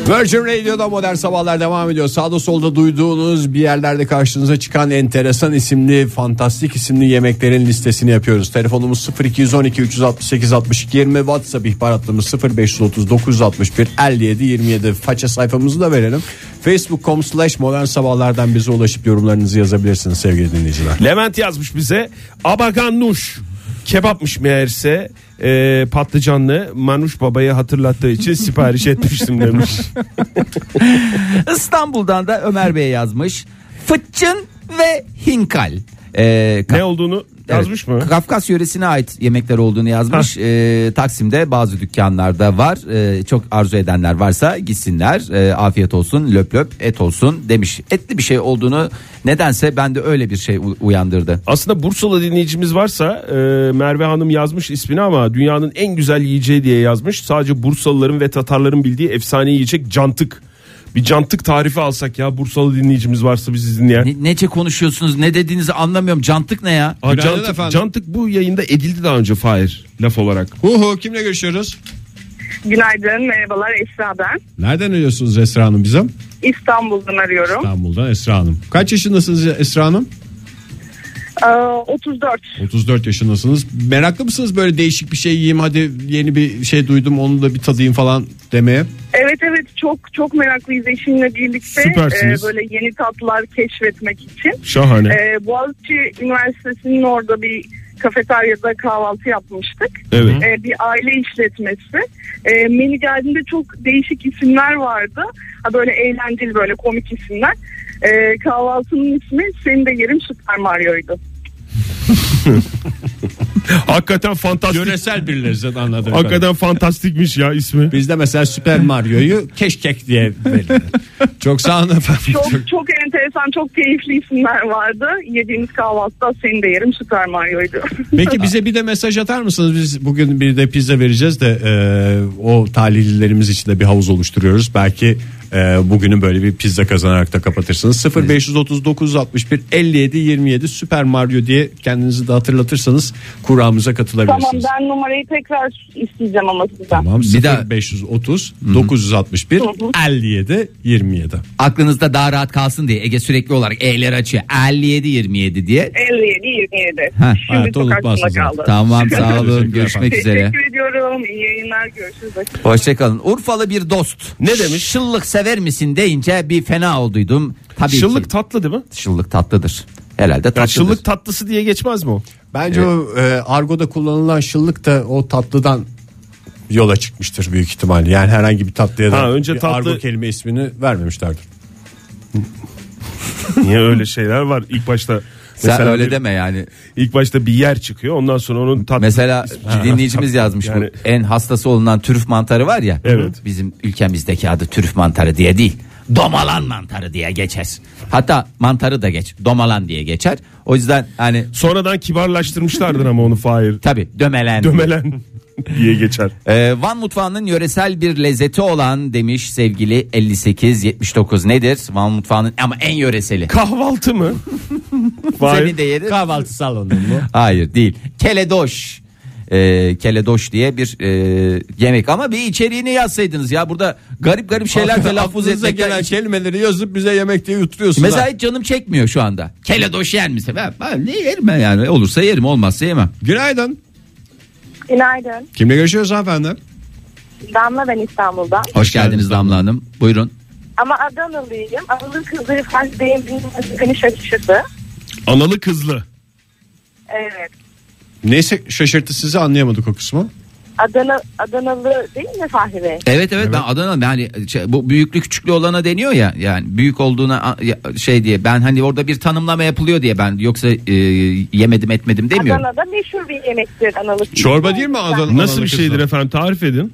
Virgin Radio'da modern sabahlar devam ediyor. Sağda solda duyduğunuz bir yerlerde karşınıza çıkan enteresan isimli, fantastik isimli yemeklerin listesini yapıyoruz. Telefonumuz 0212 368 62 20 WhatsApp ihbaratlarımız 0530 961 57 27 faça sayfamızı da verelim. Facebook.com slash modern sabahlardan bize ulaşıp yorumlarınızı yazabilirsiniz sevgili dinleyiciler.
Levent yazmış bize. Abagan Nuş. Kebapmış meğerse e, patlıcanlı Manuş Baba'yı
[LAUGHS]
hatırlattığı için sipariş etmiştim demiş.
İstanbul'dan da Ömer Bey yazmış. Fıçın ve hinkal. Ee,
ne
Ka-
olduğunu
Evet.
yazmış mı?
Kafkas yöresine ait yemekler olduğunu yazmış. Ee, Taksim'de bazı dükkanlarda var. Ee, çok arzu edenler varsa gitsinler. Ee, afiyet olsun, löp löp et olsun demiş. Etli bir şey olduğunu nedense bende öyle bir şey u- uyandırdı.
Aslında Bursalı dinleyicimiz varsa e, Merve Hanım yazmış ismini ama dünyanın en güzel yiyeceği diye yazmış. Sadece Bursalıların ve Tatarların bildiği efsane yiyecek cantık. Bir cantık tarifi alsak ya Bursalı dinleyicimiz varsa bizi dinleyen.
Ne, nece konuşuyorsunuz? Ne dediğinizi anlamıyorum. Cantık ne ya?
Aa,
Günaydın
cantık,
efendim.
cantık bu yayında edildi daha önce Fahir laf olarak.
Hu hu kimle görüşüyoruz?
Günaydın, merhabalar Esra ben.
Nereden arıyorsunuz Esra Hanım bize?
İstanbul'dan arıyorum.
İstanbul'dan Esra Hanım. Kaç yaşındasınız Esra Hanım?
Ee, 34.
34 yaşındasınız. Meraklı mısınız böyle değişik bir şey yiyeyim hadi yeni bir şey duydum onu da bir tadayım falan demeye?
Evet evet çok çok meraklıyız eşimle birlikte.
Süpersiniz.
e, böyle yeni tatlar keşfetmek için.
Şahane.
Ee, Boğaziçi Üniversitesi'nin orada bir kafeteryada kahvaltı yapmıştık.
evet.
Ee, bir aile işletmesi. Ee, menü geldiğinde çok değişik isimler vardı. Ha, böyle eğlenceli böyle komik isimler. Ee, kahvaltının ismi senin de yerim Süper
[LAUGHS]
Mario'ydu.
Hakikaten fantastik.
Yöresel birileri anladım.
Hakikaten fantastikmiş ya ismi.
Bizde mesela Süper Mario'yu keşkek diye verilir. Çok sağ olun efendim. Çok-
Çok çok enteresan, çok keyifli isimler vardı. Yediğimiz kahvaltıda senin de yerim Süper Mario'ydu.
Peki bize bir de mesaj atar mısınız? Biz bugün bir de pizza vereceğiz de e, o talihlilerimiz için de bir havuz oluşturuyoruz. Belki e, bugünü böyle bir pizza kazanarak da kapatırsınız. 0539 61 57 27 Süper Mario diye kendinizi de hatırlatırsanız kuramıza
tamam
katılabilirsiniz.
ben numarayı tekrar isteyeceğim ama sizden.
Tamam.
Bir daha-
0530 961 57 27.
Aklınızda daha rahat kalsın diye Ege sürekli olarak E'ler açıyor. 57 27 diye.
57 27.
Ha,
Şimdi
hayat
çok
olup
aklımda
basmasın.
kaldı.
Tamam sağ olun.
efendim.
Görüşmek
[LAUGHS]
üzere.
Teşekkür ediyorum. İyi yayınlar. Görüşürüz.
Hoşçakalın. Urfalı bir dost.
Ne demiş?
Şıllık sever misin deyince bir fena olduydum. Tabii
Şıllık
ki.
tatlı değil mi?
Şıllık tatlıdır. Herhalde tatlıdır.
Ya şıllık tatlısı diye geçmez mi o?
Bence o e, argoda kullanılan şıllık da o tatlıdan yola çıkmıştır büyük ihtimalle. Yani herhangi bir tatlıya da
Ha, önce
bir
tatlı-
argo kelime ismini vermemişlerdir.
Niye öyle şeyler var ilk başta?
Sen
Mesela
öyle
bir-
deme yani.
İlk başta bir yer çıkıyor ondan sonra onun tatlı
Mesela dinleyicimiz yazmış
Yani-
bu. En hastası olunan türüf mantarı var ya.
Evet.
Bizim ülkemizdeki adı türüf mantarı diye değil. Domalan mantarı diye geçer. Hatta mantarı da geç. Domalan diye geçer. O yüzden hani
Sonradan kibarlaştırmışlardır ama onu Fahir.
tabi dömelen.
Dömelen diye geçer.
Ee, Van mutfağının yöresel bir lezzeti olan demiş sevgili 58-79 nedir? Van mutfağının ama en yöreseli.
Kahvaltı mı? Fahir.
Senin de yerin-
Kahvaltı salonu mu?
[LAUGHS] Hayır değil. Keledoş. Ee, keledoş diye bir e, yemek ama bir içeriğini yazsaydınız ya burada garip garip şeyler telaffuz
Aklınıza
etmekten.
gelen şey- kelimeleri yazıp bize yemek diye yutturuyorsunuz.
Mesela hiç canım çekmiyor şu anda. Keledoş yer misin? Ben, ben ne yerim ben yani olursa yerim olmazsa yemem.
Günaydın.
Günaydın.
Kimle görüşüyoruz hanımefendi?
Damla ben İstanbul'dan.
Hoş geldiniz Damla Hanım. Buyurun.
Ama Adanalıyım. Adalı kızları fark beğendiğiniz beni şaşırdı.
Analı kızlı.
Evet.
Neyse şaşırttı sizi anlayamadık o kısmı.
Adana, Adanalı değil mi Fahri Bey?
Evet evet, ben Adana'm yani şey, bu büyüklü küçüklü olana deniyor ya yani büyük olduğuna a- ya- şey diye ben hani orada bir tanımlama yapılıyor diye ben yoksa e, yemedim etmedim demiyorum.
Adana'da meşhur bir yemektir analı.
Çorba değil mi Adana?
Nasıl
Analı
bir
kızlı.
şeydir efendim tarif edin.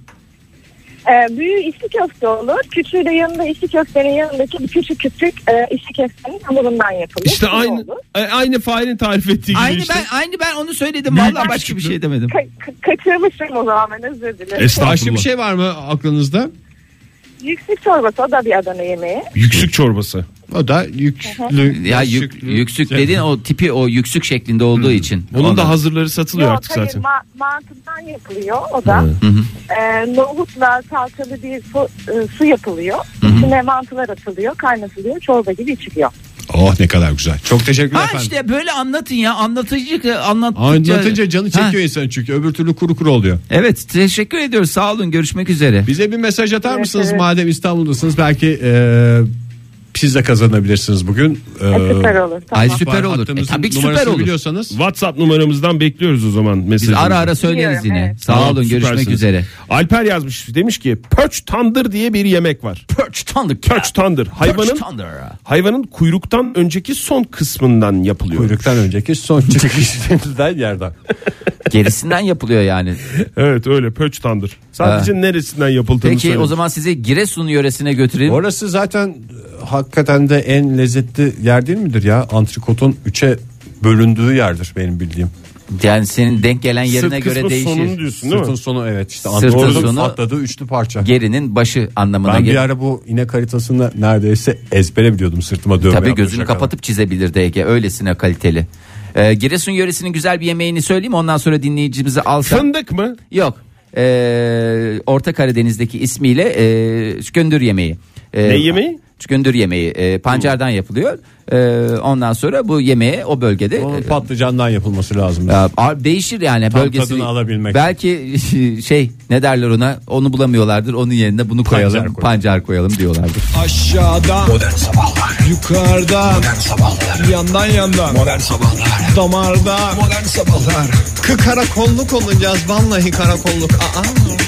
Ee, büyüğü içli köfte olur. Küçüğü de yanında içli köftenin yanındaki bir küçük küçük e, içli köftenin hamurundan yapılır.
İşte
Bu
aynı
olur.
e, aynı Fahir'in tarif ettiği gibi
Aynı
işte.
ben aynı ben onu söyledim vallahi başka bir şey demedim.
Ka- ka- kaçırmışım o zaman ben özür dilerim.
Estağfurullah.
Başka bir şey var mı aklınızda?
Yüksek çorbası o da bir Adana yemeği.
Yüksük çorbası.
O da yüklü.
Ya yük, yüksük dediğin o tipi o yüksük şeklinde olduğu
Hmm.
için.
Bunun
Ondan.
da hazırları satılıyor
Yok,
artık
hayır,
zaten.
hani ma- mantıdan yapılıyor o da. Ee, nohutla salçalı bir su, e, su yapılıyor. İçine mantılar atılıyor, kaynatılıyor, çorba gibi içiliyor.
Oh ne kadar güzel. Çok teşekkürler
Ha
efendim.
işte böyle anlatın ya anlatıcı anlattıkça.
Anlatınca canı
Ha,
çekiyor insan çünkü öbür türlü kuru kuru oluyor.
Evet teşekkür ediyoruz sağ olun görüşmek üzere.
Bize bir mesaj atar
Evet,
mısınız
evet.
madem İstanbul'dasınız belki e, Siz de kazanabilirsiniz bugün. Ee,
Süper olur. Tamam.
Ay süper
var
olur. E,
hattımızın
tabii ki süper
numarasını
olur.
biliyorsanız
WhatsApp numaramızdan bekliyoruz o zaman
Biz
mesajınızı.
ara ara söyleriz
Biliyorum,
yine.
evet.
Sağ olun görüşmek
süpersiniz.
üzere.
Alper yazmış demiş ki pörç tandır diye bir yemek var.
Perch Thunder.
Pörç tandır hayvanın
Perch Thunder.
hayvanın kuyruktan önceki son kısmından yapılıyor.
kuyruktan önceki son [LAUGHS] çıkışından yerden.
Gerisinden yapılıyor yani.
Evet öyle pörç tandır. Sadece neresinden yapıldığını
Peki
söyle.
o zaman sizi Giresun yöresine götüreyim.
Orası zaten e, hakikaten de en lezzetli yer değil midir ya? Antrikotun 3'e bölündüğü yerdir benim bildiğim.
Yani senin denk gelen yerine
Sırt
göre
kısmı sonunu
değişir.
diyorsun değil
Sırtın
mi?
sonu evet işte
Sırtın
Antrikotun
sonu-
atladığı üçlü parça.
Gerinin başı anlamına
ben bir
gelir.
ara bu inek haritasını neredeyse ezbere biliyordum sırtıma dövme
Tabii
yapacak
gözünü
kadar.
kapatıp çizebilirdi Ege. Öylesine kaliteli. Ee, Giresun yöresinin güzel bir yemeğini söyleyeyim ondan sonra dinleyicimizi alsam.
Fındık mı?
Yok. Ee, Orta Karadeniz'deki ismiyle e, çükündür yemeği. Ee,
Ne yemeği?
Çükündür yemeği. Ee, pancardan yapılıyor. Ee, ondan sonra bu yemeğe o bölgede e,
Onun patlıcandan yapılması lazım.
Ya, a- değişir yani
Tam
bölgesini.
tadını alabilmek.
Belki [LAUGHS] şey ne derler ona onu bulamıyorlardır. Onun yerine bunu koyalım. Pancar
koyalım.
koyalım, diyorlardır.
Aşağıda
Modern Sabahlar
yukarıda
Modern Sabahlar
yandan yandan
Modern Sabahlar
damarda
Modern Sabahlar
Kı karakolluk olacağız vallahi karakolluk. Aa.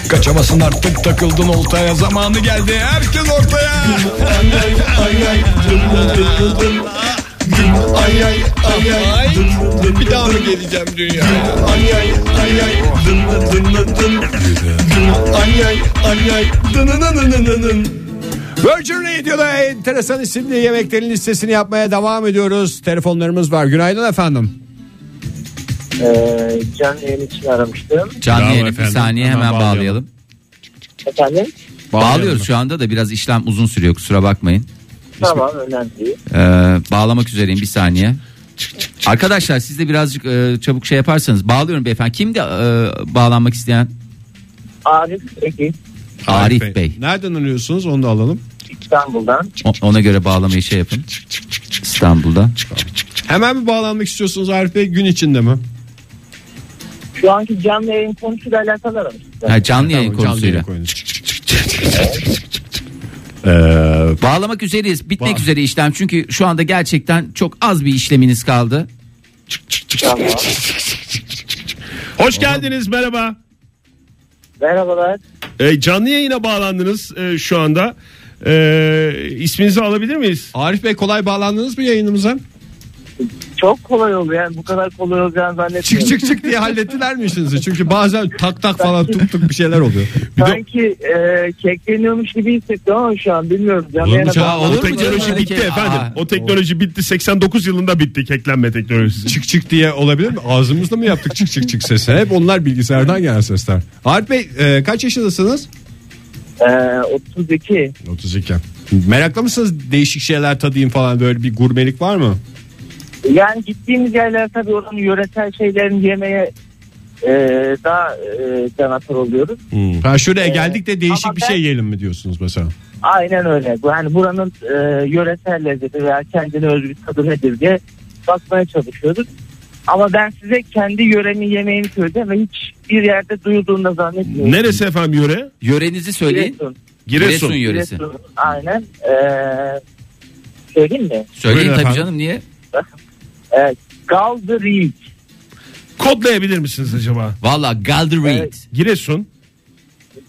Kaçamasın artık takıldın oltaya zamanı geldi herkes ortaya
Ay ay ay ay. Bir daha mı geleceğim dünyaya? Ay ay ay ay. Dın dın dın dın dın. Dın ay ay ay ay. Dın dın dın dın dın dın.
Virgin Radio'da enteresan isimli yemeklerin listesini yapmaya devam ediyoruz. Telefonlarımız var. Günaydın efendim.
Ee, canlı yayın için aramıştım.
Canlı
Bravo
yayını bir
efendim.
saniye
Hemen
hemen, bağlayalım.
bağlayalım.
Efendim?
Bağlıyoruz şu anda da biraz işlem uzun sürüyor kusura bakmayın.
Tamam önemli değil.
Ee, bağlamak üzereyim bir saniye. Arkadaşlar siz de birazcık e, çabuk şey yaparsanız bağlıyorum beyefendi. Kimdi e, bağlanmak isteyen?
Arif Ege
Arif Bey.
Nereden arıyorsunuz onu da alalım.
İstanbul'dan.
O- ona göre bağlamayı şey yapın. İstanbul'da.
Hemen mi bağlanmak istiyorsunuz Arif Bey gün içinde mi?
Şu anki canlı yayın konusuyla alakalı aramıştım.
Ha, canlı yayın
Tamam, canlı
konusuyla.
yayın konusuyla.
Bağlamak üzereyiz. Bitmek üzere işlem. Çünkü şu anda gerçekten çok az bir işleminiz kaldı.
Tamam.
Hoş geldiniz merhaba.
Merhabalar.
Ee, canlı yayına bağlandınız e, şu anda. Ee, isminizi alabilir miyiz?
Arif Bey kolay bağlandınız mı yayınımıza?
Çok kolay oldu yani bu kadar kolay olacağını
Çık
zannetmiyorum.
çık çık diye hallettiler mi işinizi? Çünkü bazen tak tak falan tuk tuk bir şeyler oluyor.
Sanki e, kekleniyormuş gibi hissettim ama şu an bilmiyorum. Canlı
Olur mu
yayına
canım?
bağlan-
Olur
O
mu canım
teknoloji
öyle
bitti
şey?
efendim.
Aa.
o teknoloji bitti. 89 yılında bitti keklenme teknolojisi.
Çık çık diye olabilir mi? Ağzımızla mı yaptık çık çık çık sesi? Hep onlar bilgisayardan gelen sesler. Arif Bey e, kaç yaşındasınız?
E, 32.
32. Meraklı mısınız değişik şeyler tadayım falan böyle bir gurmelik var mı?
Yani gittiğimiz yerler tabii oranın yöresel şeylerini yemeye e, daha e, canavar oluyoruz.
Ha şuraya geldik de değişik
Ee, ama
bir
ben-
şey yiyelim mi diyorsunuz mesela?
Aynen öyle. Bu Yani buranın e, yöresel lezzeti veya kendine özgü tadı nedir diye bakmaya çalışıyoruz. Ama ben size kendi yöremin yemeğini söyleyeceğim ve hiçbir yerde duyulduğunu da zannetmiyorum.
Neresi efendim yöre?
Yörenizi söyleyin.
Giresun.
Giresun.
yöresi.
Giresun. Aynen. Ee, söyleyeyim mi?
Söyleyin
Buyurun
tabii
efendim.
canım niye?
Ee, Galdırıyık.
Kodlayabilir misiniz acaba?
Valla Galderit.
Evet.
Giresun.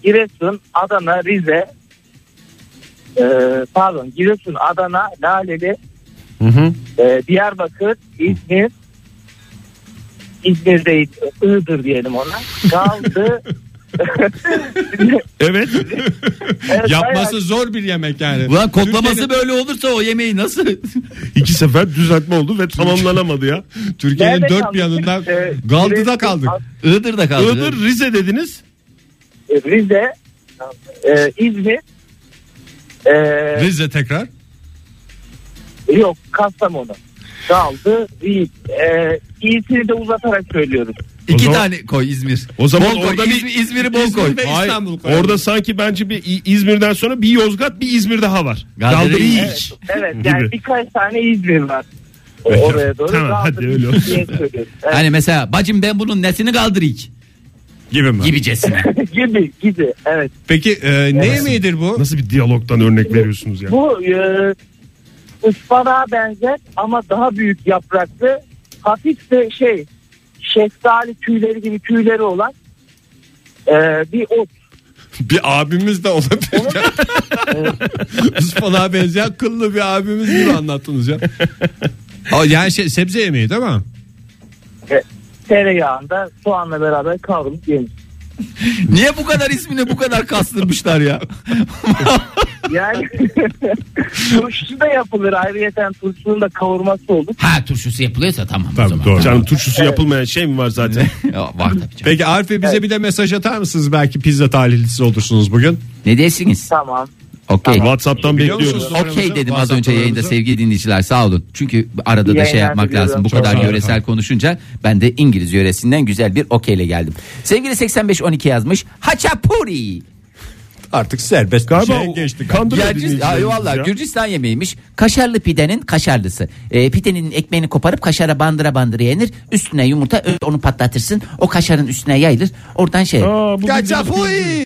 Giresun, Adana, Rize. Ee, pardon. Giresun, Adana, Laleli. Ee, Diyarbakır, İzmir. İzmir değil, Iğdır diyelim ona.
[LAUGHS]
Kaldı.
Evet.
Evet,
Yapması zor bir yemek yani.
Ulan kodlaması
Türkiye'nin-
böyle olursa o yemeği nasıl?
İki sefer düzeltme oldu ve tamamlanamadı ya.
Türkiye'nin
Nerede
dört
kaldık?
bir yanından
Ee,
Galdı'da
Giresun,
kaldık.
[LAUGHS] Iğdır'da kaldı.
Iğdır, Rize dediniz.
bayağı- Rize, e, İzmir, e,
Rize tekrar.
Yok Kastamonu. Kaldı. İyi. Ee, iyisini de uzatarak söylüyoruz.
İki
O zaman-
tane koy İzmir.
O zaman
Bol koy.
orada bir-
İzmir, İzmir'i bol koy.
ve
Hayır,
İstanbul koyalım.
orada sanki bence bir İ- İzmir'den sonra bir Yozgat bir İzmir daha var.
Galdırı
Galdırı
İyi.
İyi.
Evet yani
Gibi.
birkaç tane İzmir var. O- Oraya doğru.
Tamam,
kaldı.
hadi öyle olsun.
diye söylüyoruz. Evet,
Hani mesela bacım ben bunun nesini kaldırayım
Gibi mi?
[LAUGHS] gibicesine.
gibi gibi. Evet.
Ee,
Peki e, ne yemeğidir bu?
Nasıl bir diyalogdan örnek veriyorsunuz ya?
Bu e, ıspanağa benzer ama daha büyük yapraklı hafif de şey şeftali tüyleri gibi tüyleri olan e, bir ot.
Bir abimiz de olabilir. Ispanağa benzeyen kıllı bir abimiz gibi anlattınız [LAUGHS] ya. Aa, Yani şey, sebze yemeği değil mi?
Tereyağında soğanla beraber kavrulup yenir.
Niye bu kadar ismini bu kadar kastırmışlar [LAUGHS] ya?
[LAUGHS]
Yani turşu da yapılır. Ayrıca turşunun da kavurması olur.
Ha turşusu yapılıyorsa tamam, o zaman.
Canım turşusu yapılmayan şey mi var zaten?
Ya, var tabii canım.
Peki Arif Bey, bize bir de mesaj atar mısınız? Belki pizza talihlisi olursunuz bugün.
Ne dersiniz?
Tamam.
Okey.
WhatsApp'tan
Biliyor
bekliyoruz.
musunuz?
Okey dedim az önce
WhatsApp'larınızı.
yayında sevgili dinleyiciler sağ olun. Çünkü arada da
Yayınlar
şey yapmak
diliyorum.
lazım. Bu
Çok
kadar
sağ olun.
yöresel konuşunca ben de İngiliz yöresinden güzel bir okeyle geldim. Sevgili 8512 yazmış. Haçapuri.
Artık serbest bir şeye geçtik.
Kandırıyor
Gürcis,
dinleyicilerimiz
Ay, vallahi
ya.
Gürcistan yemeğiymiş. Kaşarlı pidenin kaşarlısı. Ee, pidenin ekmeğini koparıp kaşara bandıra bandıra yenir. Üstüne yumurta ö- onu patlatırsın. O kaşarın üstüne yayılır. Oradan şey.
Aa, bu
Kaçapuy!